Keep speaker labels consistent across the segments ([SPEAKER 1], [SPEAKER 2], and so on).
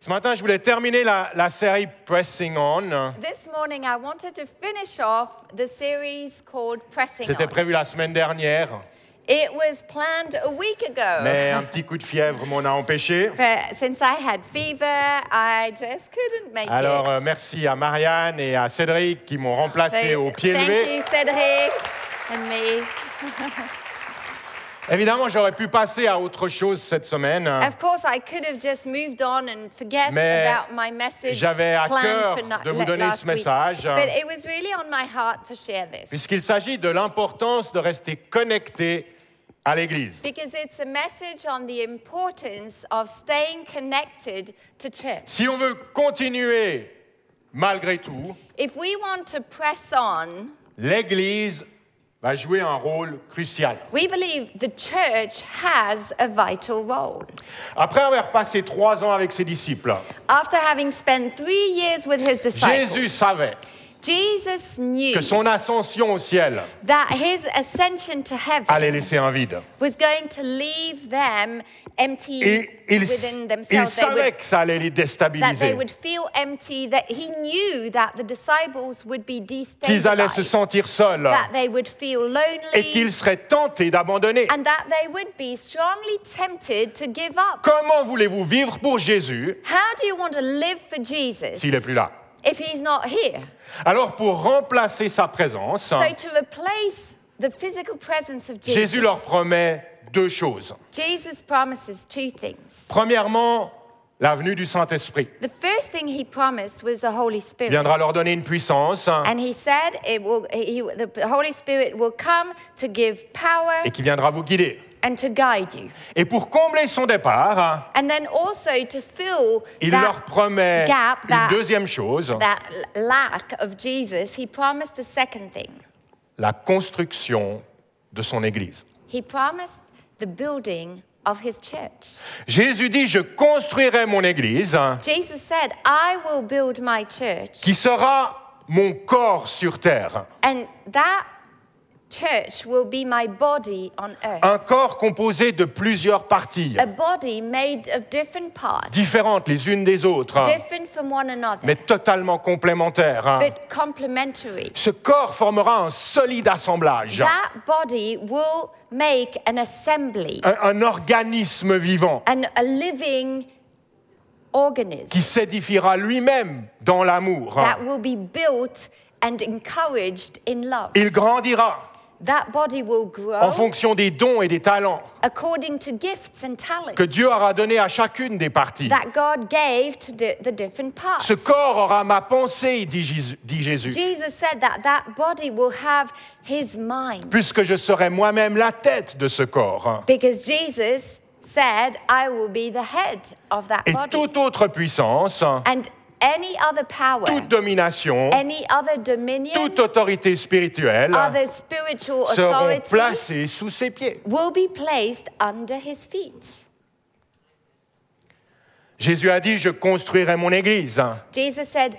[SPEAKER 1] Ce matin, je voulais terminer la, la série Pressing On.
[SPEAKER 2] This morning, I wanted to finish off the series called Pressing
[SPEAKER 1] C'était
[SPEAKER 2] On. Euh.
[SPEAKER 1] prévu la semaine dernière,
[SPEAKER 2] It was planned a week ago.
[SPEAKER 1] mais un petit coup de fièvre m'en a empêché.
[SPEAKER 2] But since I had fever, I just couldn't make
[SPEAKER 1] Alors, euh,
[SPEAKER 2] it.
[SPEAKER 1] merci à Marianne et à Cédric qui m'ont remplacé
[SPEAKER 2] So,
[SPEAKER 1] au pied
[SPEAKER 2] thank
[SPEAKER 1] levé.
[SPEAKER 2] you, Cédric and me.
[SPEAKER 1] Évidemment, j'aurais pu passer à autre chose cette semaine,
[SPEAKER 2] Of course, I could have just moved on and forget
[SPEAKER 1] Mais
[SPEAKER 2] about my message
[SPEAKER 1] j'avais à
[SPEAKER 2] planned
[SPEAKER 1] cœur
[SPEAKER 2] for not-
[SPEAKER 1] de vous
[SPEAKER 2] la-
[SPEAKER 1] donner
[SPEAKER 2] last
[SPEAKER 1] ce message. euh,
[SPEAKER 2] Week. But it was really on my heart to share this
[SPEAKER 1] puisqu'il s'agit de l'importance de rester connecté à l'Église.
[SPEAKER 2] because it's a message on the importance of staying connected to church.
[SPEAKER 1] Si on veut continuer, malgré tout,
[SPEAKER 2] If we want to press on,
[SPEAKER 1] l'Église va jouer un rôle crucial.
[SPEAKER 2] we believe the church has a vital role.
[SPEAKER 1] Après avoir passé trois ans avec ses disciples,
[SPEAKER 2] After having spent three years with his disciples,
[SPEAKER 1] Jésus savait
[SPEAKER 2] Jesus knew
[SPEAKER 1] que son ascension au ciel
[SPEAKER 2] that his ascension to heaven
[SPEAKER 1] allait laisser un vide.
[SPEAKER 2] was going to leave them empty
[SPEAKER 1] Et il, s-
[SPEAKER 2] within
[SPEAKER 1] il
[SPEAKER 2] themselves. They would-
[SPEAKER 1] savait que ça allait les
[SPEAKER 2] that they
[SPEAKER 1] déstabiliser,
[SPEAKER 2] would feel empty, that he knew that the disciples would be
[SPEAKER 1] qu'ils allaient se
[SPEAKER 2] destabilized,
[SPEAKER 1] sentir seuls
[SPEAKER 2] that they would
[SPEAKER 1] et
[SPEAKER 2] feel lonely,
[SPEAKER 1] qu'ils seraient tentés d'abandonner.
[SPEAKER 2] and that they would be strongly tempted to give up.
[SPEAKER 1] Comment voulez-vous vivre pour Jésus
[SPEAKER 2] How do you want to live for Jesus
[SPEAKER 1] s'il n'est plus là
[SPEAKER 2] if he's not here?
[SPEAKER 1] Alors pour remplacer sa présence,
[SPEAKER 2] So, to replace the physical presence of
[SPEAKER 1] Ah. Jésus
[SPEAKER 2] Jesus,
[SPEAKER 1] leur promet deux choses.
[SPEAKER 2] Jesus promises two things.
[SPEAKER 1] Premièrement, la venue du Saint-Esprit
[SPEAKER 2] The first thing he promised was the Holy
[SPEAKER 1] Il
[SPEAKER 2] Spirit.
[SPEAKER 1] viendra leur donner une puissance
[SPEAKER 2] And he said it will, he, the Holy Spirit will come to give power
[SPEAKER 1] et qui viendra vous guider.
[SPEAKER 2] and to guide you.
[SPEAKER 1] Et pour combler son départ,
[SPEAKER 2] And then also to fill
[SPEAKER 1] il leur
[SPEAKER 2] that
[SPEAKER 1] promet
[SPEAKER 2] gap,
[SPEAKER 1] une
[SPEAKER 2] that-
[SPEAKER 1] deuxième chose,
[SPEAKER 2] that l- lack of Jesus, he promised the second thing.
[SPEAKER 1] la construction de son Église.
[SPEAKER 2] He promised the building of his church.
[SPEAKER 1] Jésus dit, je construirai mon Église
[SPEAKER 2] Jesus said, I will build my church.
[SPEAKER 1] qui sera mon corps sur terre.
[SPEAKER 2] And that church will be my body on earth.
[SPEAKER 1] Un corps composé de plusieurs parties,
[SPEAKER 2] A body made of different parts,
[SPEAKER 1] différentes les unes des autres,
[SPEAKER 2] different from one another,
[SPEAKER 1] mais totalement complémentaires.
[SPEAKER 2] but complementary.
[SPEAKER 1] Ce corps formera un solide assemblage,
[SPEAKER 2] That body will make an assembly,
[SPEAKER 1] un, un organisme vivant
[SPEAKER 2] an, a living organism
[SPEAKER 1] qui s'édifiera lui-même dans l'amour.
[SPEAKER 2] that will be built and encouraged in love.
[SPEAKER 1] Il grandira
[SPEAKER 2] That body
[SPEAKER 1] en
[SPEAKER 2] will grow
[SPEAKER 1] fonction des dons et des talents
[SPEAKER 2] according to gifts and talents
[SPEAKER 1] que Dieu aura donnés à chacune des parties.
[SPEAKER 2] that God gave to the, the different parts.
[SPEAKER 1] Ce corps aura ma pensée, dit Jésus, dit Jésus,
[SPEAKER 2] Jesus said that that body will have his mind
[SPEAKER 1] puisque je serai moi-même la tête de ce corps.
[SPEAKER 2] because Jesus said, I will be the head of that
[SPEAKER 1] Et
[SPEAKER 2] body.
[SPEAKER 1] toute autre puissance,
[SPEAKER 2] And any other power,
[SPEAKER 1] toute domination,
[SPEAKER 2] any other dominion,
[SPEAKER 1] toute autorité spirituelle
[SPEAKER 2] other spiritual
[SPEAKER 1] seront
[SPEAKER 2] authority
[SPEAKER 1] placées sous ses pieds.
[SPEAKER 2] will be placed under his feet.
[SPEAKER 1] Jésus a dit, je construirai mon église,
[SPEAKER 2] Jesus said,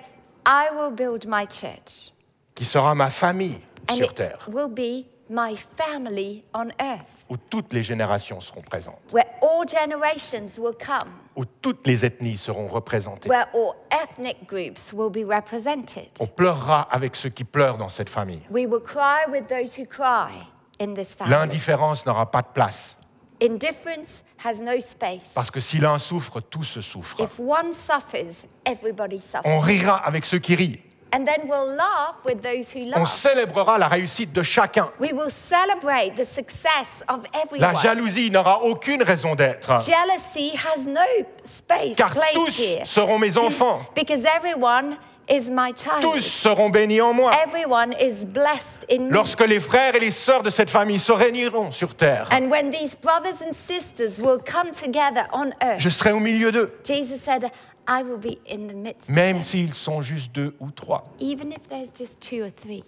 [SPEAKER 2] I will build my church,
[SPEAKER 1] qui sera ma famille
[SPEAKER 2] and
[SPEAKER 1] sur
[SPEAKER 2] it
[SPEAKER 1] terre,
[SPEAKER 2] will be my family on earth,
[SPEAKER 1] où toutes les générations seront présentes,
[SPEAKER 2] where all generations will come,
[SPEAKER 1] où toutes les ethnies seront représentées.
[SPEAKER 2] where all ethnic groups will be represented.
[SPEAKER 1] On pleurera avec ceux qui pleurent dans cette famille.
[SPEAKER 2] We will cry with those who cry in this family.
[SPEAKER 1] L'indifférence n'aura pas de place,
[SPEAKER 2] Indifference has no space.
[SPEAKER 1] parce que si l'un souffre, tous se souffrent.
[SPEAKER 2] If one suffers, everybody suffers.
[SPEAKER 1] On rira avec ceux qui rient.
[SPEAKER 2] And then we'll laugh with those who
[SPEAKER 1] On
[SPEAKER 2] laugh.
[SPEAKER 1] célébrera la réussite de chacun.
[SPEAKER 2] We will celebrate the success of
[SPEAKER 1] La
[SPEAKER 2] everyone.
[SPEAKER 1] jalousie n'aura aucune raison d'être,
[SPEAKER 2] Jealousy has no space,
[SPEAKER 1] car
[SPEAKER 2] place
[SPEAKER 1] tous
[SPEAKER 2] here.
[SPEAKER 1] seront mes enfants.
[SPEAKER 2] Because everyone is my child.
[SPEAKER 1] Tous seront bénis en moi.
[SPEAKER 2] Everyone is blessed in me.
[SPEAKER 1] Lorsque les frères et les sœurs de cette famille se réuniront sur terre,
[SPEAKER 2] And when these brothers and sisters will come together on earth,
[SPEAKER 1] je serai au milieu d'eux,
[SPEAKER 2] Jesus said, I will be in the midst of
[SPEAKER 1] même
[SPEAKER 2] them,
[SPEAKER 1] s'ils sont juste deux ou trois.
[SPEAKER 2] even if there's just two or three.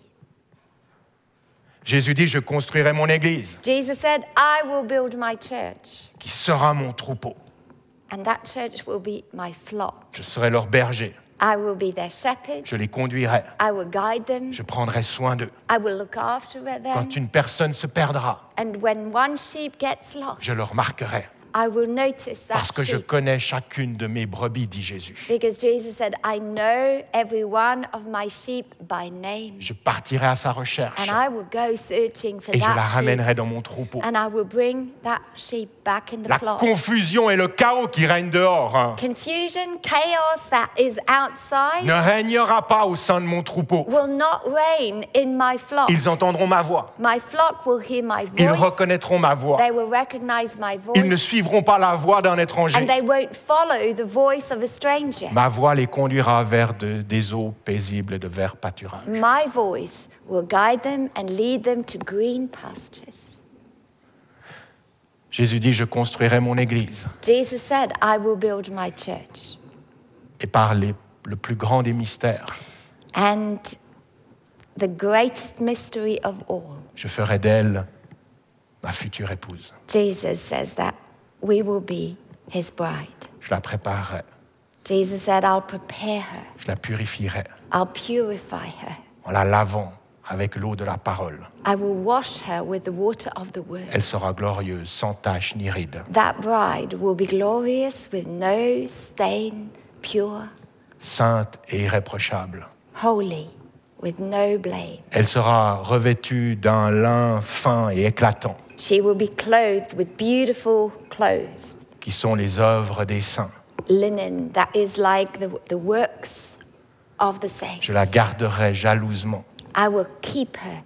[SPEAKER 1] Jésus dit, je construirai mon église,
[SPEAKER 2] Jesus said, I will build my church,
[SPEAKER 1] qui sera mon troupeau.
[SPEAKER 2] and that church will be my flock.
[SPEAKER 1] Je serai leur berger.
[SPEAKER 2] I will be their shepherd.
[SPEAKER 1] Je les conduirai.
[SPEAKER 2] I will guide them.
[SPEAKER 1] Je prendrai soin d'eux.
[SPEAKER 2] I will look after them.
[SPEAKER 1] Quand une personne se perdra,
[SPEAKER 2] And when one sheep gets lost,
[SPEAKER 1] je le remarquerai.
[SPEAKER 2] I will notice that
[SPEAKER 1] Parce que je
[SPEAKER 2] sheep.
[SPEAKER 1] connais chacune de mes brebis, dit Jésus.
[SPEAKER 2] Because Jesus said, I know every one of my sheep by name,
[SPEAKER 1] Je partirai à sa recherche
[SPEAKER 2] and I will go searching for
[SPEAKER 1] et je la
[SPEAKER 2] that sheep,
[SPEAKER 1] ramènerai dans mon troupeau.
[SPEAKER 2] and I will bring that sheep back in the
[SPEAKER 1] La
[SPEAKER 2] flock.
[SPEAKER 1] confusion et le chaos qui règnent dehors hein,
[SPEAKER 2] Confusion, chaos that is outside
[SPEAKER 1] ne régnera pas au sein de mon troupeau.
[SPEAKER 2] will not reign in my flock.
[SPEAKER 1] Ils entendront ma voix.
[SPEAKER 2] My flock will hear my
[SPEAKER 1] Ils
[SPEAKER 2] voice.
[SPEAKER 1] reconnaîtront ma voix.
[SPEAKER 2] They will recognize my
[SPEAKER 1] Ils ne
[SPEAKER 2] voice,
[SPEAKER 1] suivront pas la voix d'un étranger.
[SPEAKER 2] and they won't follow the voice of a stranger.
[SPEAKER 1] Ma voix les conduira vers de- des eaux paisibles, de verts pâturages.
[SPEAKER 2] My voice will guide them and lead them to green pastures.
[SPEAKER 1] Jésus dit, je construirai mon église.
[SPEAKER 2] Jesus said, I will build my church.
[SPEAKER 1] Et par les- le plus grand des mystères,
[SPEAKER 2] And the greatest mystery of all,
[SPEAKER 1] je ferai d'elle ma future épouse.
[SPEAKER 2] Jesus says that we will be his bride.
[SPEAKER 1] Je la préparerai,
[SPEAKER 2] Jesus said, I'll prepare her,
[SPEAKER 1] je la purifierai
[SPEAKER 2] I'll purify her,
[SPEAKER 1] en la lavant avec l'eau de la parole.
[SPEAKER 2] I will wash her with the water of the word.
[SPEAKER 1] Elle sera glorieuse, sans tache ni ride.
[SPEAKER 2] That bride will be glorious with no stain, pure,
[SPEAKER 1] sainte et irréprochable.
[SPEAKER 2] holy, with no blame.
[SPEAKER 1] Elle sera revêtue d'un lin fin et éclatant,
[SPEAKER 2] She will be clothed with beautiful clothes,
[SPEAKER 1] qui sont les œuvres des saints.
[SPEAKER 2] linen that is like the, the works of the saints.
[SPEAKER 1] Je la garderai jalousement,
[SPEAKER 2] I will keep her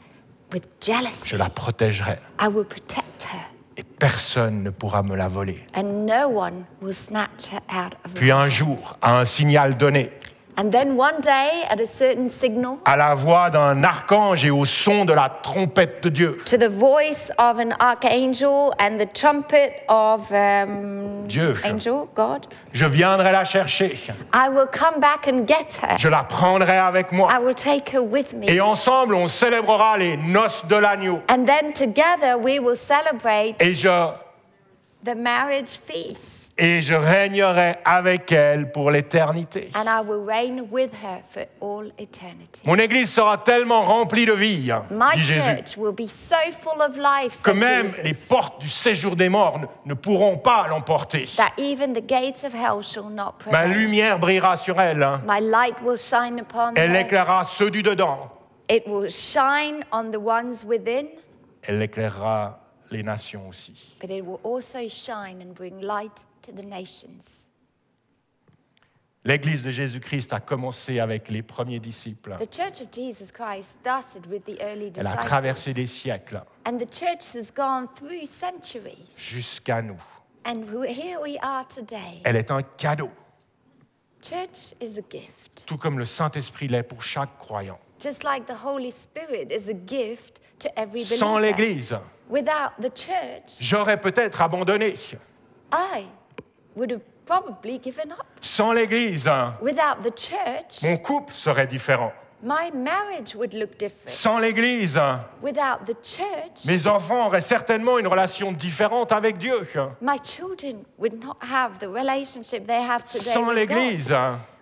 [SPEAKER 2] with jealousy.
[SPEAKER 1] je la protégerai,
[SPEAKER 2] I will protect her,
[SPEAKER 1] et personne ne pourra me la voler.
[SPEAKER 2] and no one will snatch her out of
[SPEAKER 1] Puis
[SPEAKER 2] me.
[SPEAKER 1] un jour, à un signal donné,
[SPEAKER 2] And then one day, at a certain signal,
[SPEAKER 1] à la voix d'un archange et au son de la trompette de Dieu,
[SPEAKER 2] to the voice of an archangel and the trumpet of um,
[SPEAKER 1] Dieu.
[SPEAKER 2] angel God,
[SPEAKER 1] je viendrai la chercher,
[SPEAKER 2] I will come back and get her.
[SPEAKER 1] je la prendrai avec moi,
[SPEAKER 2] I will take her with me.
[SPEAKER 1] et ensemble on célébrera les noces de l'agneau,
[SPEAKER 2] And then together we will celebrate
[SPEAKER 1] et je,
[SPEAKER 2] the marriage feast,
[SPEAKER 1] et je régnerai avec elle pour l'éternité.
[SPEAKER 2] and I will reign with her for all eternity.
[SPEAKER 1] Mon église sera tellement remplie de vie, hein,
[SPEAKER 2] My
[SPEAKER 1] dit Jésus,
[SPEAKER 2] church will be so full of life,
[SPEAKER 1] que
[SPEAKER 2] said
[SPEAKER 1] même
[SPEAKER 2] Jesus,
[SPEAKER 1] les portes du séjour des morts ne, ne pourront pas l'emporter.
[SPEAKER 2] that even the gates of hell shall not
[SPEAKER 1] Ma
[SPEAKER 2] prevail.
[SPEAKER 1] lumière brillera sur elle. hein.
[SPEAKER 2] My light will shine upon
[SPEAKER 1] Elle
[SPEAKER 2] them.
[SPEAKER 1] éclairera ceux du dedans.
[SPEAKER 2] It will shine on the ones within,
[SPEAKER 1] Elle éclairera les nations aussi.
[SPEAKER 2] but it will also shine and bring light to the nations.
[SPEAKER 1] L'église de Jésus-Christ a commencé avec les premiers disciples.
[SPEAKER 2] The church of Jesus Christ started with the early
[SPEAKER 1] Elle a
[SPEAKER 2] disciples,
[SPEAKER 1] traversé des siècles
[SPEAKER 2] and the church has gone through centuries.
[SPEAKER 1] jusqu'à nous.
[SPEAKER 2] And we- here we are today.
[SPEAKER 1] Elle est un cadeau,
[SPEAKER 2] Church is a gift,
[SPEAKER 1] tout comme le Saint-Esprit l'est pour chaque croyant.
[SPEAKER 2] just like the Holy Spirit is a gift to every
[SPEAKER 1] Sans
[SPEAKER 2] believer.
[SPEAKER 1] l'église,
[SPEAKER 2] Without the church,
[SPEAKER 1] j'aurais peut-être abandonné.
[SPEAKER 2] I would have probably given up.
[SPEAKER 1] Sans l'église,
[SPEAKER 2] Without the church,
[SPEAKER 1] Mon couple serait différent.
[SPEAKER 2] My marriage would look different.
[SPEAKER 1] Sans l'Église,
[SPEAKER 2] Without the church,
[SPEAKER 1] mes enfants auraient certainement une relation différente avec Dieu.
[SPEAKER 2] my children would not have the relationship they have today.
[SPEAKER 1] Sans
[SPEAKER 2] with God.
[SPEAKER 1] l'Église,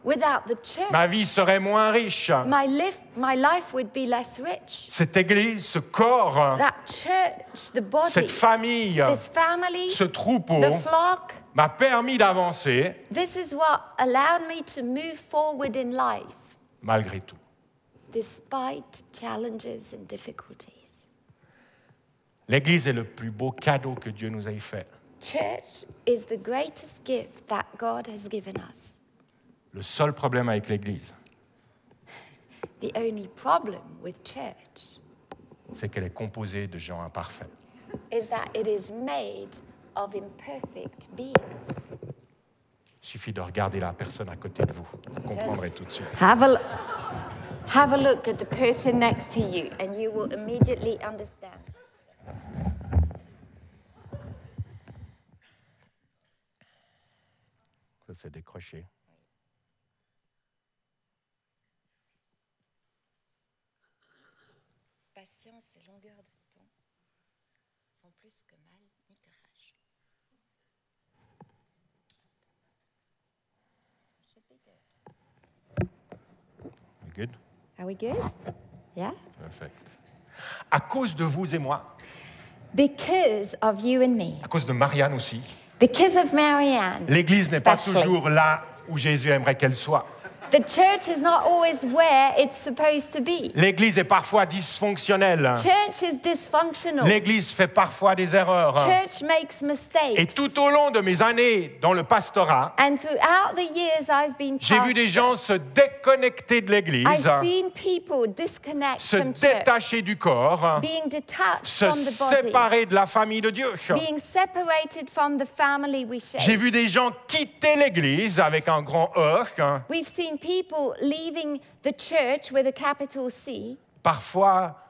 [SPEAKER 2] Without the church,
[SPEAKER 1] ma vie serait moins riche.
[SPEAKER 2] my, lif- my life would be less rich.
[SPEAKER 1] Cette Église, ce corps,
[SPEAKER 2] That church, the body,
[SPEAKER 1] cette famille,
[SPEAKER 2] this family,
[SPEAKER 1] ce
[SPEAKER 2] the
[SPEAKER 1] troupeau
[SPEAKER 2] flock,
[SPEAKER 1] m'a permis d'avancer
[SPEAKER 2] this is what allowed me to move forward in life
[SPEAKER 1] malgré tout.
[SPEAKER 2] despite challenges and difficulties.
[SPEAKER 1] L'Église est le plus beau cadeau que Dieu nous ait fait.
[SPEAKER 2] Church is the greatest gift that God has given us.
[SPEAKER 1] Le seul problème avec l'Église,
[SPEAKER 2] The only problem with church
[SPEAKER 1] c'est qu'elle est composée de gens imparfaits.
[SPEAKER 2] is that it is made of imperfect beings.
[SPEAKER 1] Il suffit de regarder la personne à côté de vous. Vous comprendrez tout de suite.
[SPEAKER 2] Have a, have a look at the person next to you, and you will immediately understand.
[SPEAKER 1] Ça s'est décroché.
[SPEAKER 3] Patience et longueur de temps font plus que mal ni que rage. Should be good.
[SPEAKER 1] We good?
[SPEAKER 2] Are we good? Yeah?
[SPEAKER 1] Perfect. À cause de vous et moi,
[SPEAKER 2] Because of you and me,
[SPEAKER 1] à cause de Marianne aussi,
[SPEAKER 2] The kiss of Marianne.
[SPEAKER 1] L'Église n'est pas
[SPEAKER 2] especially.
[SPEAKER 1] toujours là où Jésus aimerait qu'elle soit.
[SPEAKER 2] The church is not always where it's supposed to be.
[SPEAKER 1] L'Église est parfois dysfonctionnelle.
[SPEAKER 2] Church is dysfunctional.
[SPEAKER 1] L'Église fait parfois des erreurs.
[SPEAKER 2] Church makes
[SPEAKER 1] Et
[SPEAKER 2] mistakes.
[SPEAKER 1] tout au long de mes années dans le pastorat,
[SPEAKER 2] And throughout the years I've been
[SPEAKER 1] j'ai vu
[SPEAKER 2] pastor,
[SPEAKER 1] des gens se déconnecter de l'Église,
[SPEAKER 2] I've seen people disconnect
[SPEAKER 1] se
[SPEAKER 2] from church,
[SPEAKER 1] détacher du corps,
[SPEAKER 2] being detached
[SPEAKER 1] se
[SPEAKER 2] from the body,
[SPEAKER 1] séparer de la famille de Dieu.
[SPEAKER 2] being separated from the family we
[SPEAKER 1] J'ai
[SPEAKER 2] share.
[SPEAKER 1] vu des gens quitter l'Église avec un grand E, hein,
[SPEAKER 2] We've seen people leaving the church with a capital C
[SPEAKER 1] parfois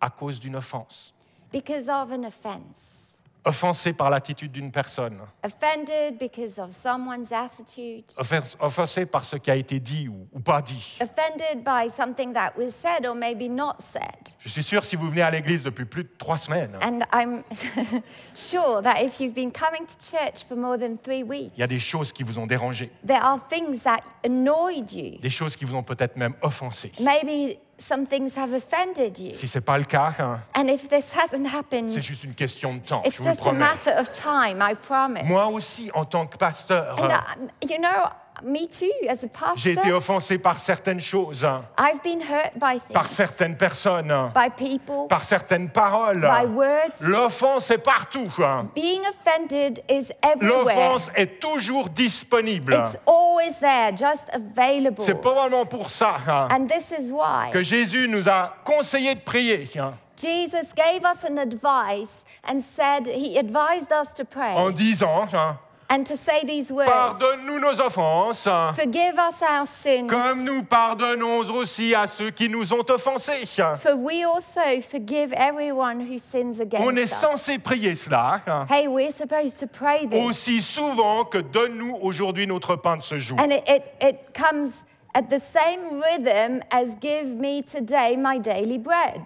[SPEAKER 1] à cause d'une offense,
[SPEAKER 2] because of an offense.
[SPEAKER 1] offensés par l'attitude d'une personne,
[SPEAKER 2] Offended because of someone's attitude,
[SPEAKER 1] offens- offensés par ce qui a été dit ou- ou pas dit.
[SPEAKER 2] offended by something that was said or maybe not said.
[SPEAKER 1] Je suis sûr, si vous venez à l'église depuis plus de trois semaines, hein,
[SPEAKER 2] And I'm sure that if you've been coming to church for more than three weeks,
[SPEAKER 1] il y a des choses qui vous ont dérangé,
[SPEAKER 2] there are things that annoyed you.
[SPEAKER 1] des choses qui vous ont peut-être même offensé.
[SPEAKER 2] Maybe some things have offended you.
[SPEAKER 1] Si ce n'est pas le cas, hein,
[SPEAKER 2] And if this hasn't happened,
[SPEAKER 1] c'est juste une question de temps,
[SPEAKER 2] it's
[SPEAKER 1] je vous le
[SPEAKER 2] just a
[SPEAKER 1] promets.
[SPEAKER 2] matter of time, I promise.
[SPEAKER 1] Moi aussi, en tant que pasteur,
[SPEAKER 2] And
[SPEAKER 1] hein,
[SPEAKER 2] I, you know, me too, as a
[SPEAKER 1] j'ai été
[SPEAKER 2] pastor,
[SPEAKER 1] offensé par certaines choses, hein,
[SPEAKER 2] I've been hurt by
[SPEAKER 1] par
[SPEAKER 2] things,
[SPEAKER 1] certaines personnes, hein,
[SPEAKER 2] by people,
[SPEAKER 1] par certaines paroles.
[SPEAKER 2] by words.
[SPEAKER 1] L'offense est partout. hein.
[SPEAKER 2] Being offended is everywhere.
[SPEAKER 1] L'offense est toujours disponible.
[SPEAKER 2] It's always there, just available.
[SPEAKER 1] C'est probablement pour ça hein,
[SPEAKER 2] And this is why.
[SPEAKER 1] que Jésus nous a conseillé de prier. hein,
[SPEAKER 2] Jesus gave us an advice and said, He advised us to pray
[SPEAKER 1] en disant, hein,
[SPEAKER 2] and to say these words
[SPEAKER 1] pardonne-nous nos offenses, hein,
[SPEAKER 2] Forgive us our sins,
[SPEAKER 1] comme nous pardonnons aussi à ceux qui nous ont offensés. hein.
[SPEAKER 2] for we also forgive everyone who sins
[SPEAKER 1] On est
[SPEAKER 2] against us.
[SPEAKER 1] censé prier cela hein,
[SPEAKER 2] Hey, we're supposed to pray this.
[SPEAKER 1] aussi souvent que donne-nous aujourd'hui notre pain de ce jour.
[SPEAKER 2] And it, it, it comes at the same rhythm as give me today my daily bread.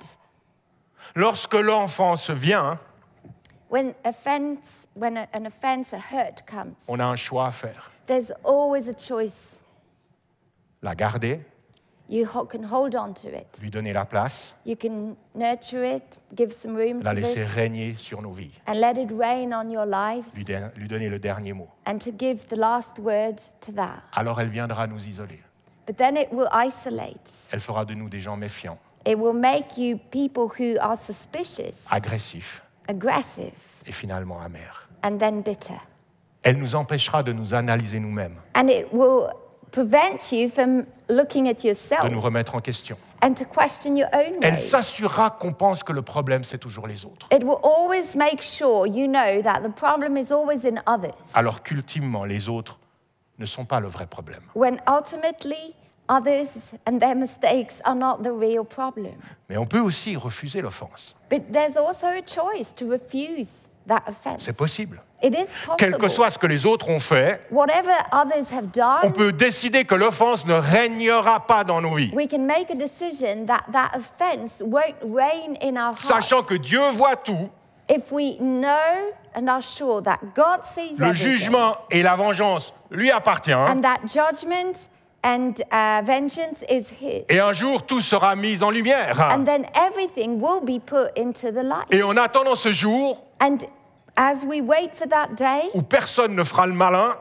[SPEAKER 1] Lorsque l'enfance vient,
[SPEAKER 2] When offense, when a- an offense, a hurt comes,
[SPEAKER 1] on a un choix à faire.
[SPEAKER 2] there's always a choice.
[SPEAKER 1] La garder,
[SPEAKER 2] You ho- can hold on to it.
[SPEAKER 1] lui donner la place,
[SPEAKER 2] You can nurture it, give some room
[SPEAKER 1] la
[SPEAKER 2] to this.
[SPEAKER 1] laisser régner sur nos vies,
[SPEAKER 2] and let it rain on your lives
[SPEAKER 1] lui, don- lui donner le dernier mot.
[SPEAKER 2] and to give the last word to that.
[SPEAKER 1] Alors elle viendra nous isoler.
[SPEAKER 2] But then it will isolate.
[SPEAKER 1] Elle fera de nous des gens méfiants,
[SPEAKER 2] It will make you people who are suspicious,
[SPEAKER 1] agressifs
[SPEAKER 2] aggressive,
[SPEAKER 1] et finalement amers.
[SPEAKER 2] and then bitter.
[SPEAKER 1] Elle nous empêchera de nous analyser nous-mêmes,
[SPEAKER 2] And it will prevent you from looking at
[SPEAKER 1] de nous
[SPEAKER 2] yourself
[SPEAKER 1] remettre en question.
[SPEAKER 2] and to question your own
[SPEAKER 1] Elle
[SPEAKER 2] ways.
[SPEAKER 1] s'assurera qu'on pense que le problème, c'est toujours les autres.
[SPEAKER 2] It will always make sure you know that the problem is always in others,
[SPEAKER 1] Alors qu'ultimement, les autres ne sont pas le vrai problème.
[SPEAKER 2] when ultimately others and their mistakes are not the real problem.
[SPEAKER 1] Mais on peut aussi refuser l'offense.
[SPEAKER 2] But there's also a choice to refuse that offense.
[SPEAKER 1] C'est possible.
[SPEAKER 2] It is
[SPEAKER 1] Quel que
[SPEAKER 2] possible.
[SPEAKER 1] soit ce que les autres ont fait,
[SPEAKER 2] Whatever others have
[SPEAKER 1] on
[SPEAKER 2] done,
[SPEAKER 1] peut décider que l'offense ne régnera pas dans nos vies,
[SPEAKER 2] we can make a decision that that offense won't reign in our hearts.
[SPEAKER 1] sachant que Dieu voit tout,
[SPEAKER 2] If we know and are sure that God sees
[SPEAKER 1] le
[SPEAKER 2] everything
[SPEAKER 1] jugement et la vengeance lui appartiennent,
[SPEAKER 2] and that judgment and uh, vengeance is His,
[SPEAKER 1] et un jour tout sera mis en lumière.
[SPEAKER 2] and then everything will be put into the light.
[SPEAKER 1] Et en attendant ce jour
[SPEAKER 2] and as we wait for that day,
[SPEAKER 1] où personne ne fera le malin,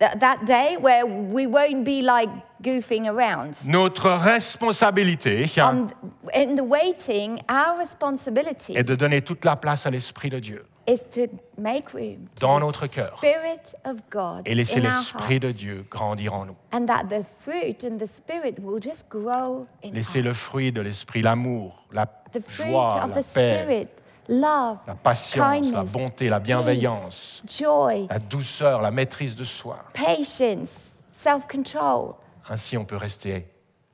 [SPEAKER 2] th- that day where we won't be like goofing around.
[SPEAKER 1] notre responsabilité hein,
[SPEAKER 2] on, in the waiting, our responsibility
[SPEAKER 1] est de donner toute la place à l'Esprit de Dieu
[SPEAKER 2] is to make room to
[SPEAKER 1] Dans
[SPEAKER 2] the
[SPEAKER 1] notre cœur.
[SPEAKER 2] Spirit of God
[SPEAKER 1] et laisser
[SPEAKER 2] in our
[SPEAKER 1] l'Esprit
[SPEAKER 2] heart,
[SPEAKER 1] de Dieu grandir en nous.
[SPEAKER 2] and that the fruit and the Spirit will just grow in us.
[SPEAKER 1] Laisser le fruit de l'Esprit, l'amour, la
[SPEAKER 2] The fruit
[SPEAKER 1] joie,
[SPEAKER 2] of
[SPEAKER 1] la
[SPEAKER 2] the
[SPEAKER 1] paix,
[SPEAKER 2] Spirit, love,
[SPEAKER 1] la patience, la
[SPEAKER 2] kindness,
[SPEAKER 1] bonté, la bienveillance,
[SPEAKER 2] peace, joy,
[SPEAKER 1] la douceur, la maîtrise de soi.
[SPEAKER 2] patience, self-control.
[SPEAKER 1] Ainsi, on peut rester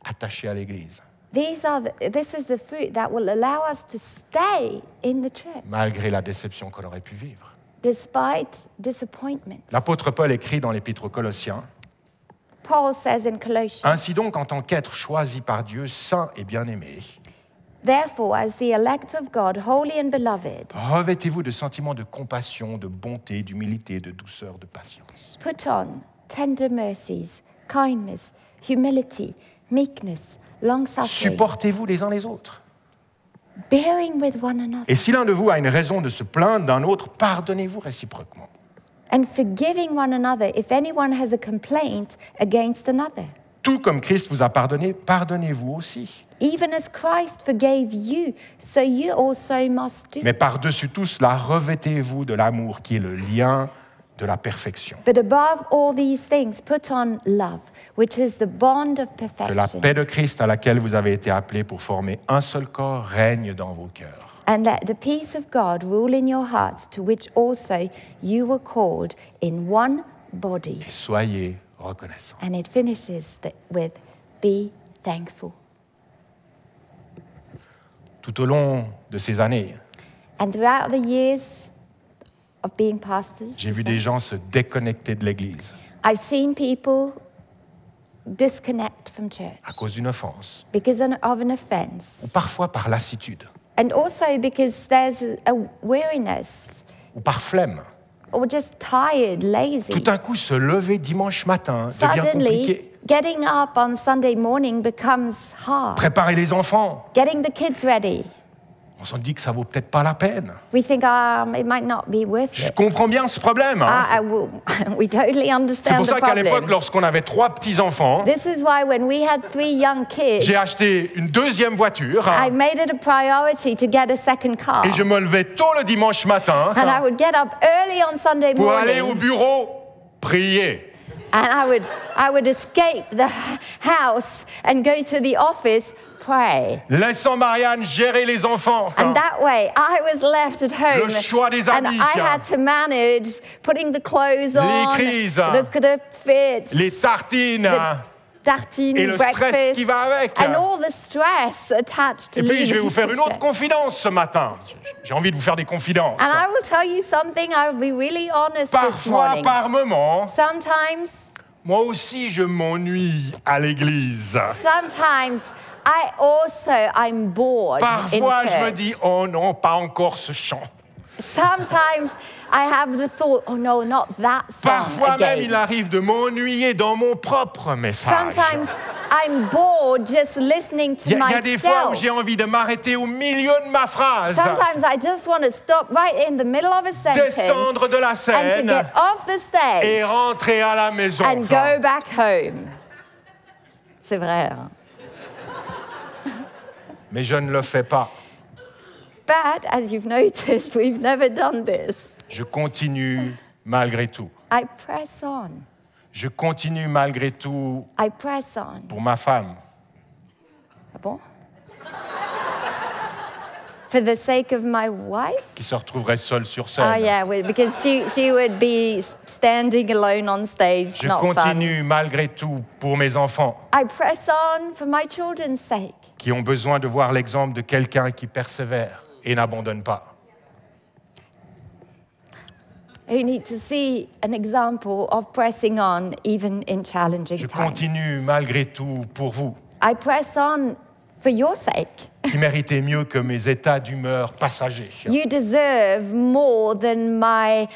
[SPEAKER 1] attaché à l'Église,
[SPEAKER 2] These are the, this is the fruit that will allow us to stay in the church
[SPEAKER 1] malgré la déception qu'on aurait pu vivre.
[SPEAKER 2] despite disappointment.
[SPEAKER 1] L'apôtre Paul écrit dans l'Épître aux Colossiens
[SPEAKER 2] Paul says in Colossians.
[SPEAKER 1] Ainsi donc, en tant qu'être choisi par Dieu, saint et bien-aimé,
[SPEAKER 2] Therefore, as the elect of God, holy and beloved,
[SPEAKER 1] revêtez-vous de sentiments de compassion, de bonté, d'humilité, de douceur, de patience.
[SPEAKER 2] put on tender mercies, kindness, humility, meekness, long suffering,
[SPEAKER 1] Supportez-vous les uns les autres.
[SPEAKER 2] bearing with one another
[SPEAKER 1] Et si l'un de vous a une raison de se plaindre d'un autre, pardonnez-vous réciproquement.
[SPEAKER 2] and forgiving one another if anyone has a complaint against another.
[SPEAKER 1] Tout comme Christ vous a pardonné, pardonnez-vous aussi.
[SPEAKER 2] Even as Christ forgave you, so you also must do.
[SPEAKER 1] Mais par-dessus tout cela, revêtez-vous de l'amour qui est le lien de la perfection.
[SPEAKER 2] But above all these things, put on love, which is the bond of
[SPEAKER 1] Que la
[SPEAKER 2] perfection.
[SPEAKER 1] paix de Christ à laquelle vous avez été appelés pour former un seul corps règne dans vos cœurs.
[SPEAKER 2] And let the peace of God rule in your hearts, to which also you were called in one body.
[SPEAKER 1] Et soyez reconnaissants.
[SPEAKER 2] And it finishes th- with be thankful.
[SPEAKER 1] Tout au long de ces années,
[SPEAKER 2] And throughout the years of being pastors,
[SPEAKER 1] j'ai vu des gens se déconnecter de l'Église
[SPEAKER 2] I've seen people disconnect from church
[SPEAKER 1] à cause d'une offense,
[SPEAKER 2] because an- of an offense,
[SPEAKER 1] ou parfois par lassitude,
[SPEAKER 2] and also because there's a a weariness
[SPEAKER 1] ou par flemme.
[SPEAKER 2] or just tired, lazy.
[SPEAKER 1] Tout d'un coup, se lever dimanche matin devient
[SPEAKER 2] Suddenly,
[SPEAKER 1] compliqué.
[SPEAKER 2] getting up on Sunday morning becomes hard.
[SPEAKER 1] Préparer les enfants,
[SPEAKER 2] Getting the kids ready,
[SPEAKER 1] on s'en dit que ça vaut peut-être pas la peine.
[SPEAKER 2] we think, um, it might not be worth
[SPEAKER 1] Je
[SPEAKER 2] it.
[SPEAKER 1] comprends bien ce problème. hein.
[SPEAKER 2] Ah, I will- we totally
[SPEAKER 1] C'est
[SPEAKER 2] understand
[SPEAKER 1] pour
[SPEAKER 2] the
[SPEAKER 1] ça qu'à l'époque,
[SPEAKER 2] problem.
[SPEAKER 1] lorsqu'on avait trois petits-enfants,
[SPEAKER 2] This is why when we had three young kids,
[SPEAKER 1] j'ai acheté une deuxième voiture hein,
[SPEAKER 2] I made it a priority to get a second car.
[SPEAKER 1] et je me levais tôt le dimanche matin
[SPEAKER 2] And I would get up early on Sunday
[SPEAKER 1] pour aller au
[SPEAKER 2] Ah, morning
[SPEAKER 1] bureau prier.
[SPEAKER 2] and I would, I would escape the h- house and go to the office, pray.
[SPEAKER 1] Laissant Marianne gérer les enfants. hein.
[SPEAKER 2] And that way, I was left at home.
[SPEAKER 1] choix des
[SPEAKER 2] and
[SPEAKER 1] amis,
[SPEAKER 2] I
[SPEAKER 1] tiens.
[SPEAKER 2] had to manage putting the clothes on,
[SPEAKER 1] crises.
[SPEAKER 2] the, the fits,
[SPEAKER 1] Les tartines. hein.
[SPEAKER 2] the tartine
[SPEAKER 1] Et le stress
[SPEAKER 2] breakfast,
[SPEAKER 1] qui va avec.
[SPEAKER 2] and all the stress attached to
[SPEAKER 1] Et puis, je vais
[SPEAKER 2] leaving
[SPEAKER 1] vous faire
[SPEAKER 2] the
[SPEAKER 1] une autre
[SPEAKER 2] church.
[SPEAKER 1] confidence ce matin. J'ai envie de vous faire des confidences.
[SPEAKER 2] And I will tell you something, I will be really honest this
[SPEAKER 1] Parfois,
[SPEAKER 2] morning.
[SPEAKER 1] par moment,
[SPEAKER 2] Sometimes
[SPEAKER 1] moi aussi, je m'ennuie à l'église.
[SPEAKER 2] Sometimes I also I'm bored in
[SPEAKER 1] Parfois, je me
[SPEAKER 2] church.
[SPEAKER 1] dis, oh non, pas encore ce chant.
[SPEAKER 2] Sometimes I have the thought, oh no, not that song
[SPEAKER 1] Parfois
[SPEAKER 2] again.
[SPEAKER 1] même, il arrive de m'ennuyer dans mon propre message.
[SPEAKER 2] Sometimes I'm bored just listening to
[SPEAKER 1] Il y, a- il y a des fois où
[SPEAKER 2] myself.
[SPEAKER 1] j'ai envie de m'arrêter au milieu de ma phrase,
[SPEAKER 2] Sometimes I just want to stop right in the middle of a sentence
[SPEAKER 1] descendre de la
[SPEAKER 2] and to
[SPEAKER 1] scène
[SPEAKER 2] get off the
[SPEAKER 1] et
[SPEAKER 2] stage
[SPEAKER 1] rentrer à la maison.
[SPEAKER 2] and go back home. C'est vrai. hein?
[SPEAKER 1] Mais je ne le fais pas.
[SPEAKER 2] But as you've noticed, we've never done this.
[SPEAKER 1] Je continue malgré tout.
[SPEAKER 2] I press on.
[SPEAKER 1] Je continue malgré tout
[SPEAKER 2] I press on.
[SPEAKER 1] pour ma femme.
[SPEAKER 2] Ah bon? For the sake of my wife?
[SPEAKER 1] qui se retrouverait seule sur scène.
[SPEAKER 2] Oh yeah, we- because she, she would be s- standing alone on stage.
[SPEAKER 1] Je
[SPEAKER 2] not fun.
[SPEAKER 1] continue malgré tout pour mes enfants
[SPEAKER 2] I press on for my children's sake.
[SPEAKER 1] qui ont besoin de voir l'exemple de quelqu'un qui persévère et n'abandonne pas.
[SPEAKER 2] Who need to see an example of pressing on even in challenging
[SPEAKER 1] Je
[SPEAKER 2] times.
[SPEAKER 1] continue malgré tout pour vous
[SPEAKER 2] I press on for your sake.
[SPEAKER 1] qui méritez mieux que mes états d'humeur passagers.
[SPEAKER 2] You deserve more than my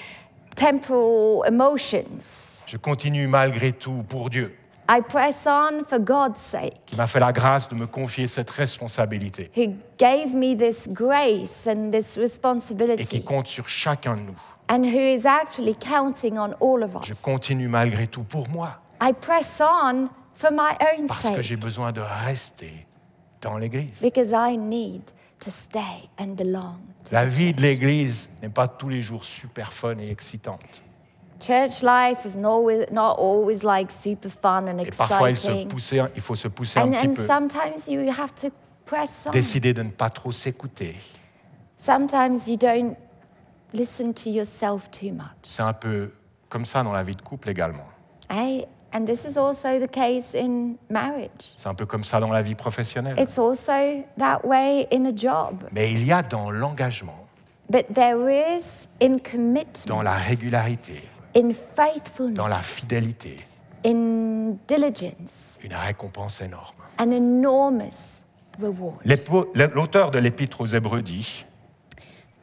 [SPEAKER 2] temporal emotions.
[SPEAKER 1] Je continue malgré tout pour Dieu
[SPEAKER 2] I press on for God's sake.
[SPEAKER 1] qui m'a fait la grâce de me confier cette responsabilité
[SPEAKER 2] who gave me this grace and this
[SPEAKER 1] et qui
[SPEAKER 2] responsibility,
[SPEAKER 1] compte sur chacun de nous.
[SPEAKER 2] and who is actually counting on all of us.
[SPEAKER 1] Je continue malgré tout pour moi
[SPEAKER 2] I press on for my own
[SPEAKER 1] parce que j'ai
[SPEAKER 2] sake
[SPEAKER 1] besoin de rester dans l'Église.
[SPEAKER 2] because I need to stay and belong.
[SPEAKER 1] La vie de l'Église n'est pas tous les jours super fun et excitante.
[SPEAKER 2] Church life is not always, not always like super fun and
[SPEAKER 1] Et parfois, il, se
[SPEAKER 2] exciting,
[SPEAKER 1] poussait- il faut se pousser un
[SPEAKER 2] and,
[SPEAKER 1] petit
[SPEAKER 2] and
[SPEAKER 1] peu.
[SPEAKER 2] sometimes you have to press on.
[SPEAKER 1] Décider de ne pas trop s'écouter.
[SPEAKER 2] Sometimes you don't listen to yourself too much.
[SPEAKER 1] C'est un peu comme ça dans la vie de couple également.
[SPEAKER 2] eh? and this is also the case in marriage.
[SPEAKER 1] C'est un peu comme ça dans la vie professionnelle.
[SPEAKER 2] It's also that way in a job.
[SPEAKER 1] Mais il y a dans l'engagement,
[SPEAKER 2] But there is in commitment,
[SPEAKER 1] dans la régularité,
[SPEAKER 2] in
[SPEAKER 1] dans
[SPEAKER 2] faithfulness,
[SPEAKER 1] la fidélité,
[SPEAKER 2] in diligence,
[SPEAKER 1] une récompense énorme.
[SPEAKER 2] an enormous reward.
[SPEAKER 1] L'épo- L'auteur de l'Épître aux Hébreux dit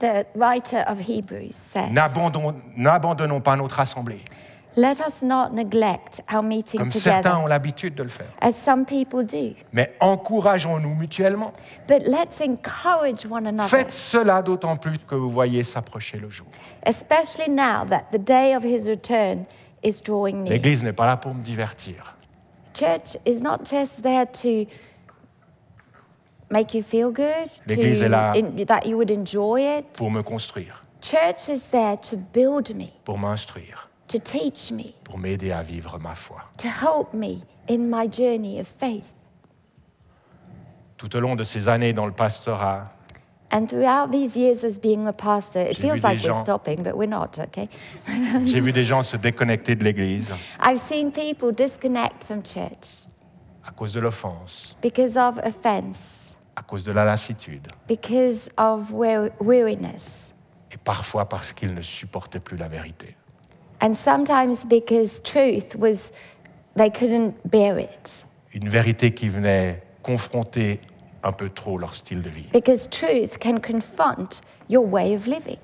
[SPEAKER 2] The writer of Hebrews says,
[SPEAKER 1] N'abandon- N'abandonnons pas notre assemblée,
[SPEAKER 2] Let us not neglect our meeting
[SPEAKER 1] comme certains
[SPEAKER 2] together,
[SPEAKER 1] ont l'habitude de le faire.
[SPEAKER 2] as some people do,
[SPEAKER 1] Mais encourageons-nous mutuellement.
[SPEAKER 2] but let's encourage one another,
[SPEAKER 1] Faites cela d'autant plus que vous voyez s'approcher le jour.
[SPEAKER 2] especially now that the day of his return is drawing near.
[SPEAKER 1] L'Église n'est pas là pour me divertir.
[SPEAKER 2] Church is not just there to make you feel good,
[SPEAKER 1] L'Église est là.
[SPEAKER 2] to, in, that you would enjoy it.
[SPEAKER 1] Pour me construire,
[SPEAKER 2] Church is there to build me,
[SPEAKER 1] pour m'instruire,
[SPEAKER 2] to teach me,
[SPEAKER 1] pour m'aider à vivre ma foi.
[SPEAKER 2] to help me in my journey of faith.
[SPEAKER 1] Tout au long de ces années dans le pastorat,
[SPEAKER 2] And throughout these years as being a pastor, it
[SPEAKER 1] J'ai vu
[SPEAKER 2] feels
[SPEAKER 1] des
[SPEAKER 2] like we're
[SPEAKER 1] gens-
[SPEAKER 2] stopping, but we're not, okay?
[SPEAKER 1] j'ai vu des gens se déconnecter de l'Église
[SPEAKER 2] I've seen people disconnect from church
[SPEAKER 1] à cause de l'offense,
[SPEAKER 2] because of offense,
[SPEAKER 1] à cause de la lassitude,
[SPEAKER 2] because of wear- weariness,
[SPEAKER 1] et parfois parce qu'ils ne supportaient plus la vérité.
[SPEAKER 2] and sometimes because truth was, they couldn't bear it.
[SPEAKER 1] Une vérité qui venait confronter un peu trop leur style de vie.
[SPEAKER 2] Because truth can confront your way of living.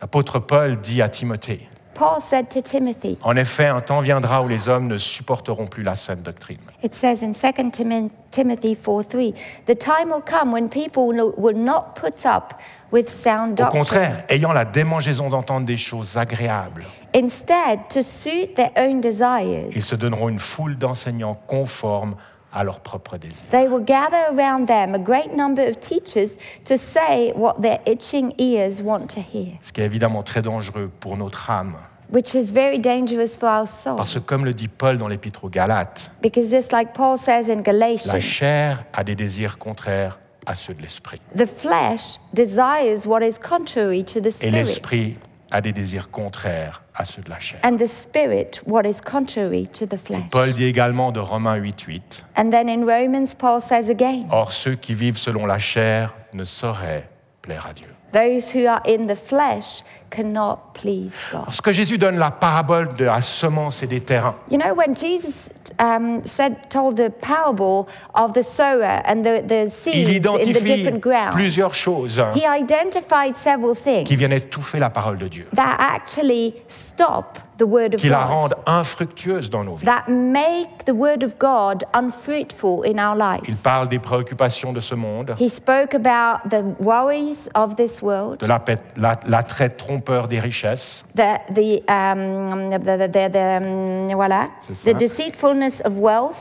[SPEAKER 1] L'apôtre Paul dit à Timothée,
[SPEAKER 2] Paul said to Timothy,
[SPEAKER 1] En effet, un temps viendra où les hommes ne supporteront plus la saine doctrine.
[SPEAKER 2] It says in 2 Tim- Timothy 4:3, the time will come when people no- will not put up with sound
[SPEAKER 1] Au
[SPEAKER 2] doctrine.
[SPEAKER 1] contraire, ayant la démangeaison d'entendre des choses agréables,
[SPEAKER 2] Instead, to suit their own desires,
[SPEAKER 1] ils se donneront une foule d'enseignants conformes à leurs propres désirs.
[SPEAKER 2] they will gather around them a great number of teachers to say what their itching ears want to hear,
[SPEAKER 1] Ce qui est évidemment très dangereux pour notre âme.
[SPEAKER 2] which is very dangerous for our soul.
[SPEAKER 1] Parce que, comme le dit Paul dans l'Épître aux Galates,
[SPEAKER 2] Because just like Paul says in
[SPEAKER 1] la
[SPEAKER 2] Galatians,
[SPEAKER 1] chair a des désirs contraires à ceux de l'esprit.
[SPEAKER 2] the flesh desires what is contrary to the
[SPEAKER 1] Et
[SPEAKER 2] spirit,
[SPEAKER 1] l'esprit a des désirs contraires à ceux de la chair.
[SPEAKER 2] and the spirit what is contrary to the flesh.
[SPEAKER 1] Paul dit également de Romains 8.8,
[SPEAKER 2] And then in Romans, Paul says again,
[SPEAKER 1] Or ceux qui vivent selon la chair ne sauraient plaire à Dieu.
[SPEAKER 2] those who are in the flesh cannot please God.
[SPEAKER 1] Lorsque Jésus donne la parabole de la semence et des terrains,
[SPEAKER 2] You know, when Jesus um, said, told the parable of the sower and the, the
[SPEAKER 1] il
[SPEAKER 2] seeds in the
[SPEAKER 1] identifie
[SPEAKER 2] different grounds,
[SPEAKER 1] plusieurs choses hein,
[SPEAKER 2] he identified several things
[SPEAKER 1] qui viennent étouffer la parole de Dieu,
[SPEAKER 2] that actually stop the word of
[SPEAKER 1] qui la
[SPEAKER 2] God,
[SPEAKER 1] rendent infructueuse dans nos vies.
[SPEAKER 2] that make the word of God unfruitful in our
[SPEAKER 1] Il
[SPEAKER 2] lives.
[SPEAKER 1] parle des préoccupations de ce monde,
[SPEAKER 2] He spoke about the worries of this world,
[SPEAKER 1] de l'appel- la- l'attrait trompeur des richesses,
[SPEAKER 2] the the um, the the, the, the, um, voilà,
[SPEAKER 1] C'est ça.
[SPEAKER 2] the deceitfulness of wealth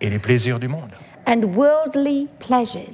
[SPEAKER 1] et les plaisirs du monde.
[SPEAKER 2] and worldly pleasures.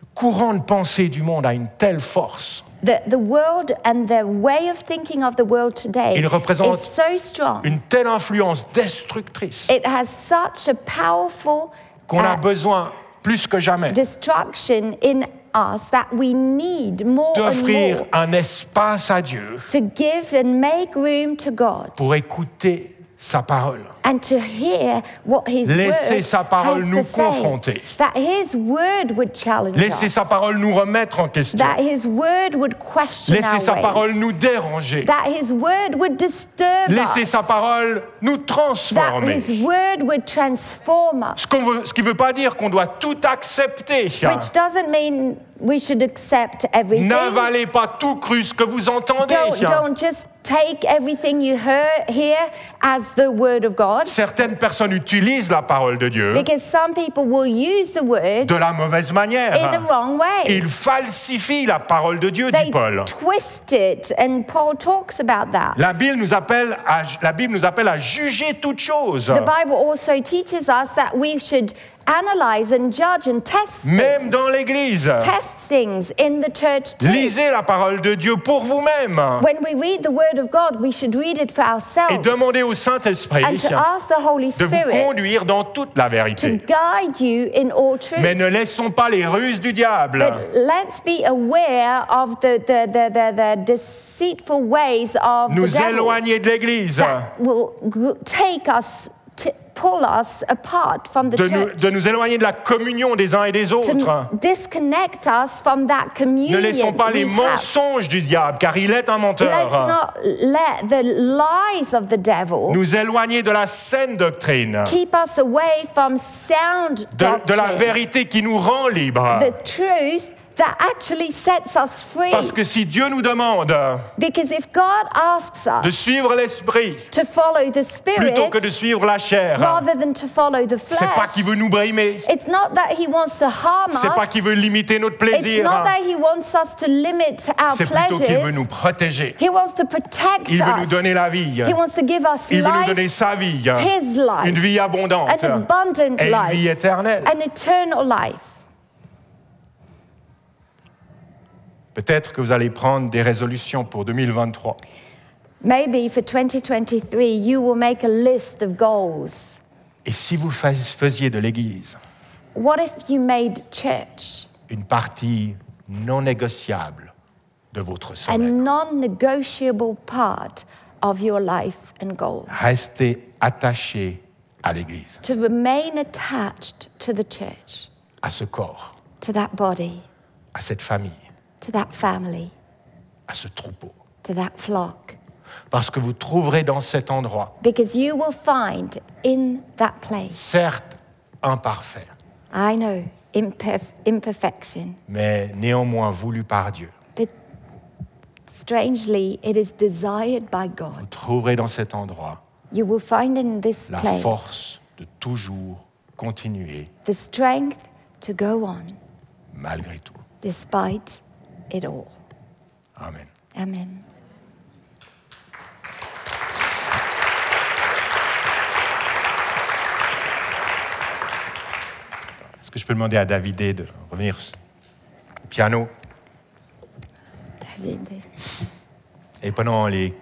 [SPEAKER 1] Le courant de pensée du monde a une telle force.
[SPEAKER 2] The, the world and the way of thinking of the world today
[SPEAKER 1] Il représente
[SPEAKER 2] is so strong.
[SPEAKER 1] Une telle influence destructrice
[SPEAKER 2] It has such a powerful
[SPEAKER 1] qu'on a
[SPEAKER 2] uh,
[SPEAKER 1] besoin plus que jamais
[SPEAKER 2] destruction in us that we need more and
[SPEAKER 1] d'offrir
[SPEAKER 2] more
[SPEAKER 1] un espace à Dieu
[SPEAKER 2] to give and make room to God
[SPEAKER 1] pour écouter sa parole.
[SPEAKER 2] and to hear what His
[SPEAKER 1] Laissez
[SPEAKER 2] word
[SPEAKER 1] sa parole
[SPEAKER 2] has
[SPEAKER 1] nous
[SPEAKER 2] to say.
[SPEAKER 1] confronter.
[SPEAKER 2] That His word would challenge
[SPEAKER 1] Laissez
[SPEAKER 2] us.
[SPEAKER 1] sa parole nous remettre en question.
[SPEAKER 2] That his word would question
[SPEAKER 1] Laissez
[SPEAKER 2] our
[SPEAKER 1] sa
[SPEAKER 2] ways.
[SPEAKER 1] parole nous déranger.
[SPEAKER 2] That his word would disturb
[SPEAKER 1] Laissez
[SPEAKER 2] us.
[SPEAKER 1] sa parole nous
[SPEAKER 2] That
[SPEAKER 1] transformer.
[SPEAKER 2] his word would transform us.
[SPEAKER 1] Ce, qu'on veut- ce qui ne veut pas dire qu'on doit tout accepter.
[SPEAKER 2] Which doesn't mean we should accept everything.
[SPEAKER 1] N'avalez pas tout cru ce que vous entendez.
[SPEAKER 2] Don't, don't just take everything you hear, hear as the word of God.
[SPEAKER 1] Certaines personnes utilisent la parole de Dieu
[SPEAKER 2] Because some people will use the word
[SPEAKER 1] de la mauvaise
[SPEAKER 2] in the
[SPEAKER 1] manière.
[SPEAKER 2] wrong way.
[SPEAKER 1] Ils falsifient la parole de Dieu,
[SPEAKER 2] they
[SPEAKER 1] dit Paul.
[SPEAKER 2] twist it, and Paul talks about that.
[SPEAKER 1] La Bible nous appelle à, la Bible nous appelle à juger toute chose,
[SPEAKER 2] The Bible also teaches us that we should analyze and judge and test
[SPEAKER 1] même dans l'Église.
[SPEAKER 2] test things in the church too.
[SPEAKER 1] Lisez la parole de Dieu pour vous-même
[SPEAKER 2] When we read the Word of God, we should read it for
[SPEAKER 1] et
[SPEAKER 2] ourselves
[SPEAKER 1] demandez au Saint-Esprit
[SPEAKER 2] and to ask the Holy
[SPEAKER 1] de vous
[SPEAKER 2] Spirit
[SPEAKER 1] conduire dans toute la
[SPEAKER 2] to
[SPEAKER 1] vérité.
[SPEAKER 2] guide you in all
[SPEAKER 1] Mais
[SPEAKER 2] truth.
[SPEAKER 1] ne laissons pas les ruses du diable
[SPEAKER 2] But let's be aware of the, the, the, the, the deceitful ways of the
[SPEAKER 1] nous
[SPEAKER 2] devil
[SPEAKER 1] éloigner de l'Église,
[SPEAKER 2] that will gr- take us, t- pull us apart from the
[SPEAKER 1] de nous,
[SPEAKER 2] church,
[SPEAKER 1] de nous éloigner de la communion des uns et des autres.
[SPEAKER 2] to disconnect us from that
[SPEAKER 1] Ne
[SPEAKER 2] communion
[SPEAKER 1] laissons pas
[SPEAKER 2] we
[SPEAKER 1] les
[SPEAKER 2] have.
[SPEAKER 1] mensonges du diable, car il est un
[SPEAKER 2] Let's
[SPEAKER 1] menteur.
[SPEAKER 2] not let the lies of the devil
[SPEAKER 1] Nous éloigner de la saine doctrine,
[SPEAKER 2] keep us away from sound
[SPEAKER 1] de, de la
[SPEAKER 2] doctrine,
[SPEAKER 1] vérité qui nous rend libres.
[SPEAKER 2] the truth that actually sets us free.
[SPEAKER 1] Parce que si Dieu nous demande
[SPEAKER 2] Because if God asks us
[SPEAKER 1] de suivre l'esprit
[SPEAKER 2] to follow the Spirit
[SPEAKER 1] plutôt que de suivre la chair,
[SPEAKER 2] rather than to follow the
[SPEAKER 1] c'est pas
[SPEAKER 2] flesh,
[SPEAKER 1] qu'il veut nous brimer,
[SPEAKER 2] it's not that He wants to harm
[SPEAKER 1] c'est pas
[SPEAKER 2] us.
[SPEAKER 1] qu'il veut limiter notre
[SPEAKER 2] It's
[SPEAKER 1] plaisir,
[SPEAKER 2] not that He wants us to limit our
[SPEAKER 1] c'est plutôt qu'il veut
[SPEAKER 2] pleasures.
[SPEAKER 1] nous protéger.
[SPEAKER 2] He wants to protect
[SPEAKER 1] Il veut nous
[SPEAKER 2] us.
[SPEAKER 1] donner la vie.
[SPEAKER 2] He wants to give us
[SPEAKER 1] Il veut nous donner
[SPEAKER 2] life,
[SPEAKER 1] sa vie, hein.
[SPEAKER 2] His life.
[SPEAKER 1] une vie abondante
[SPEAKER 2] An abundant
[SPEAKER 1] et une
[SPEAKER 2] life.
[SPEAKER 1] vie éternelle.
[SPEAKER 2] an eternal life.
[SPEAKER 1] Peut-être que vous allez prendre des résolutions pour 2023.
[SPEAKER 2] Maybe for 2023, you will make a list of goals.
[SPEAKER 1] Et si vous fais- faisiez de l'Église
[SPEAKER 2] What if you made church
[SPEAKER 1] une partie non négociable de votre
[SPEAKER 2] a
[SPEAKER 1] sommeil,
[SPEAKER 2] non negotiable part of your life and goal?
[SPEAKER 1] restez attaché à l'Église,
[SPEAKER 2] To remain attached to the church,
[SPEAKER 1] à ce corps,
[SPEAKER 2] to that body,
[SPEAKER 1] à cette famille,
[SPEAKER 2] to that family,
[SPEAKER 1] à ce troupeau.
[SPEAKER 2] to that flock.
[SPEAKER 1] Parce que vous trouverez dans cet endroit,
[SPEAKER 2] Because you will find in that place,
[SPEAKER 1] certes imparfait,
[SPEAKER 2] I know, imperf- imperfection,
[SPEAKER 1] mais néanmoins voulu par Dieu,
[SPEAKER 2] but strangely, it is desired by God.
[SPEAKER 1] vous trouverez dans cet endroit
[SPEAKER 2] You will find in this
[SPEAKER 1] la
[SPEAKER 2] place
[SPEAKER 1] force de toujours continuer
[SPEAKER 2] the strength to go on
[SPEAKER 1] malgré tout.
[SPEAKER 2] despite it all.
[SPEAKER 1] Amen.
[SPEAKER 2] Amen.
[SPEAKER 1] Est-ce que je peux demander à Davidé de revenir s- au piano
[SPEAKER 2] David.
[SPEAKER 1] Et pendant les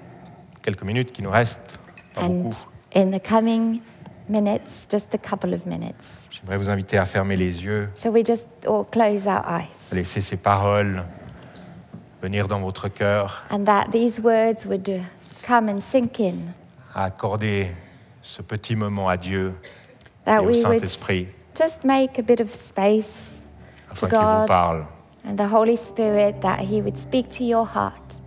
[SPEAKER 1] quelques minutes qui nous restent, pas
[SPEAKER 2] And
[SPEAKER 1] beaucoup,
[SPEAKER 2] in the coming minutes, just a couple of minutes,
[SPEAKER 1] j'aimerais vous inviter à fermer les yeux,
[SPEAKER 2] shall we just all close our eyes?
[SPEAKER 1] à laisser ces paroles venir dans votre cœur,
[SPEAKER 2] And that these words would uh, come and sink in,
[SPEAKER 1] à accorder ce petit moment à Dieu et
[SPEAKER 2] that
[SPEAKER 1] au
[SPEAKER 2] we would
[SPEAKER 1] Saint-Esprit,
[SPEAKER 2] just make a bit of space to
[SPEAKER 1] afin qu'il vous
[SPEAKER 2] God
[SPEAKER 1] parle.
[SPEAKER 2] and the Holy Spirit, that He would speak to your heart.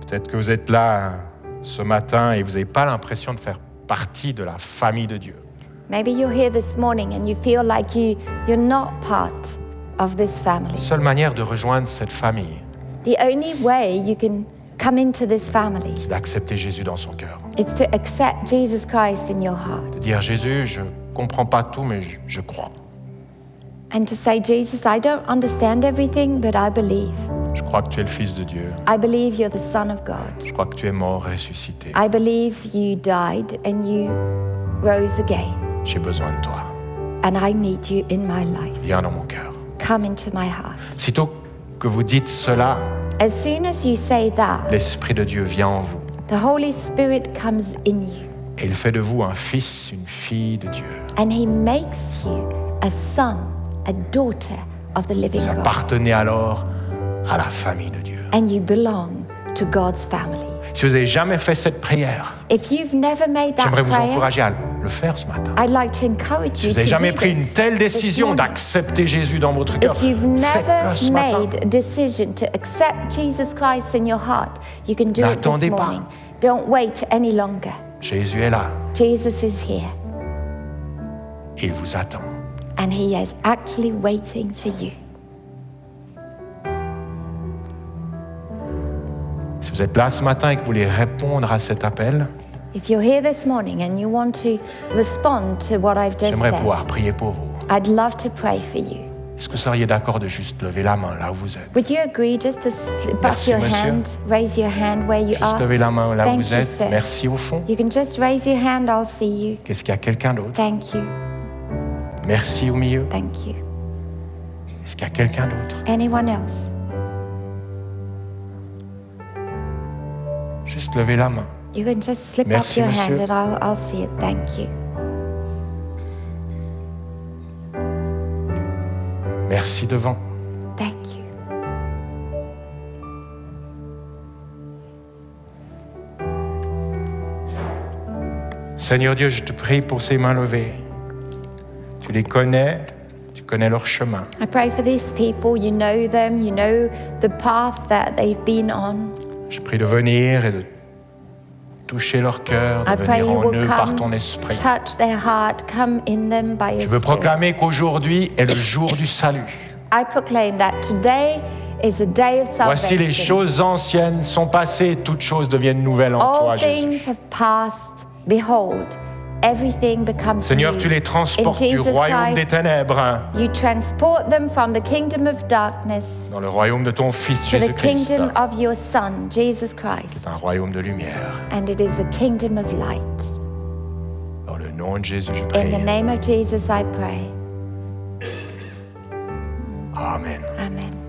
[SPEAKER 1] Peut-être que vous êtes là hein, ce matin et vous n'avez pas l'impression de faire partie de la famille de Dieu.
[SPEAKER 2] Maybe you're here this morning and you feel like you, you're not part of this family.
[SPEAKER 1] La seule manière de rejoindre cette famille,
[SPEAKER 2] The only way you can come into this family
[SPEAKER 1] c'est d'accepter Jésus dans son cœur.
[SPEAKER 2] is to accept Jesus Christ in your heart
[SPEAKER 1] De dire Jésus, je comprends pas tout, mais je, je crois.
[SPEAKER 2] and to say, Jesus, I don't understand everything, but I believe.
[SPEAKER 1] Je crois que tu es le Fils de Dieu.
[SPEAKER 2] I believe you're the Son of God.
[SPEAKER 1] Je crois que tu es mort, ressuscité.
[SPEAKER 2] I believe you died and you rose again,
[SPEAKER 1] J'ai besoin de toi.
[SPEAKER 2] and I need you in my life.
[SPEAKER 1] Viens dans mon cœur.
[SPEAKER 2] Come into my heart.
[SPEAKER 1] Sitôt que vous dites cela,
[SPEAKER 2] As soon as you say that,
[SPEAKER 1] l'Esprit de Dieu vient en vous
[SPEAKER 2] the Holy Spirit comes in you
[SPEAKER 1] et il fait de vous un fils, une fille de Dieu.
[SPEAKER 2] and He makes you a son, a daughter of the living
[SPEAKER 1] Vous
[SPEAKER 2] God,
[SPEAKER 1] appartenez alors à la famille de Dieu.
[SPEAKER 2] and you belong to God's family.
[SPEAKER 1] Si vous n'avez jamais fait cette prière,
[SPEAKER 2] If you've never made that
[SPEAKER 1] j'aimerais vous
[SPEAKER 2] prayer,
[SPEAKER 1] encourager à le faire ce matin.
[SPEAKER 2] I'd like to encourage
[SPEAKER 1] Si
[SPEAKER 2] you
[SPEAKER 1] vous n'avez
[SPEAKER 2] to
[SPEAKER 1] jamais
[SPEAKER 2] do
[SPEAKER 1] pris une
[SPEAKER 2] this
[SPEAKER 1] telle
[SPEAKER 2] this
[SPEAKER 1] décision
[SPEAKER 2] morning.
[SPEAKER 1] d'accepter Jésus dans votre cœur,
[SPEAKER 2] If you've
[SPEAKER 1] faites-le ce
[SPEAKER 2] never
[SPEAKER 1] matin.
[SPEAKER 2] made a decision to accept Jesus Christ in your heart, you can do it
[SPEAKER 1] N'attendez
[SPEAKER 2] this
[SPEAKER 1] pas.
[SPEAKER 2] morning. Don't wait any longer.
[SPEAKER 1] Jésus est là.
[SPEAKER 2] Jesus is here,
[SPEAKER 1] et Il vous attend.
[SPEAKER 2] and He is actually waiting for you.
[SPEAKER 1] Si vous êtes là ce matin et que vous voulez répondre à cet appel,
[SPEAKER 2] If you're here this morning and you want to respond to what I've just
[SPEAKER 1] j'aimerais
[SPEAKER 2] said,
[SPEAKER 1] pouvoir prier pour vous.
[SPEAKER 2] I'd love to pray for you.
[SPEAKER 1] Est-ce que vous seriez d'accord de juste lever la main là où vous êtes
[SPEAKER 2] Would you agree just to slip up
[SPEAKER 1] Merci,
[SPEAKER 2] your
[SPEAKER 1] monsieur.
[SPEAKER 2] hand, raise your hand where you
[SPEAKER 1] Juste
[SPEAKER 2] are?
[SPEAKER 1] lever la main là où
[SPEAKER 2] Thank
[SPEAKER 1] vous
[SPEAKER 2] you,
[SPEAKER 1] êtes.
[SPEAKER 2] sir.
[SPEAKER 1] Merci au fond.
[SPEAKER 2] You can just raise your hand, I'll see you.
[SPEAKER 1] Qu'est-ce qu'il y a quelqu'un d'autre
[SPEAKER 2] Thank you.
[SPEAKER 1] Merci au milieu.
[SPEAKER 2] Thank you.
[SPEAKER 1] Est-ce qu'il y a quelqu'un d'autre
[SPEAKER 2] Anyone else?
[SPEAKER 1] Juste lever la main.
[SPEAKER 2] You can just slip
[SPEAKER 1] Merci,
[SPEAKER 2] up your hand
[SPEAKER 1] monsieur.
[SPEAKER 2] and I'll, I'll see it. Thank you.
[SPEAKER 1] Merci devant.
[SPEAKER 2] Thank you.
[SPEAKER 1] Seigneur Dieu, je te prie pour ces mains levées. Tu les connais, tu connais leur chemin.
[SPEAKER 2] I pray for these people. You know them, you know the path that they've been on.
[SPEAKER 1] Je prie de venir et de toucher leur cœur, de
[SPEAKER 2] I pray
[SPEAKER 1] venir
[SPEAKER 2] you
[SPEAKER 1] en
[SPEAKER 2] will
[SPEAKER 1] eux par ton
[SPEAKER 2] come,
[SPEAKER 1] esprit.
[SPEAKER 2] touch their heart, come in them by your
[SPEAKER 1] Je veux
[SPEAKER 2] spirit.
[SPEAKER 1] proclamer qu'aujourd'hui est le jour du salut.
[SPEAKER 2] I proclaim that today is a day of
[SPEAKER 1] Voici les
[SPEAKER 2] salvation.
[SPEAKER 1] choses anciennes sont passées, toutes choses deviennent nouvelles en toi,
[SPEAKER 2] All
[SPEAKER 1] Jésus.
[SPEAKER 2] things have passed. Behold, everything becomes
[SPEAKER 1] Seigneur,
[SPEAKER 2] new.
[SPEAKER 1] tu les
[SPEAKER 2] in
[SPEAKER 1] transportes du
[SPEAKER 2] Jesus
[SPEAKER 1] royaume des
[SPEAKER 2] Christ,
[SPEAKER 1] ténèbres
[SPEAKER 2] you transport them from the kingdom of darkness
[SPEAKER 1] dans le royaume de ton Fils
[SPEAKER 2] to the
[SPEAKER 1] Jésus-Christ,
[SPEAKER 2] kingdom of your Son, Jesus Christ.
[SPEAKER 1] un royaume de lumière.
[SPEAKER 2] And it is a kingdom of light.
[SPEAKER 1] Dans le nom de Jésus, je
[SPEAKER 2] In
[SPEAKER 1] prie.
[SPEAKER 2] the name of Jesus, I pray.
[SPEAKER 1] Amen.
[SPEAKER 2] Amen.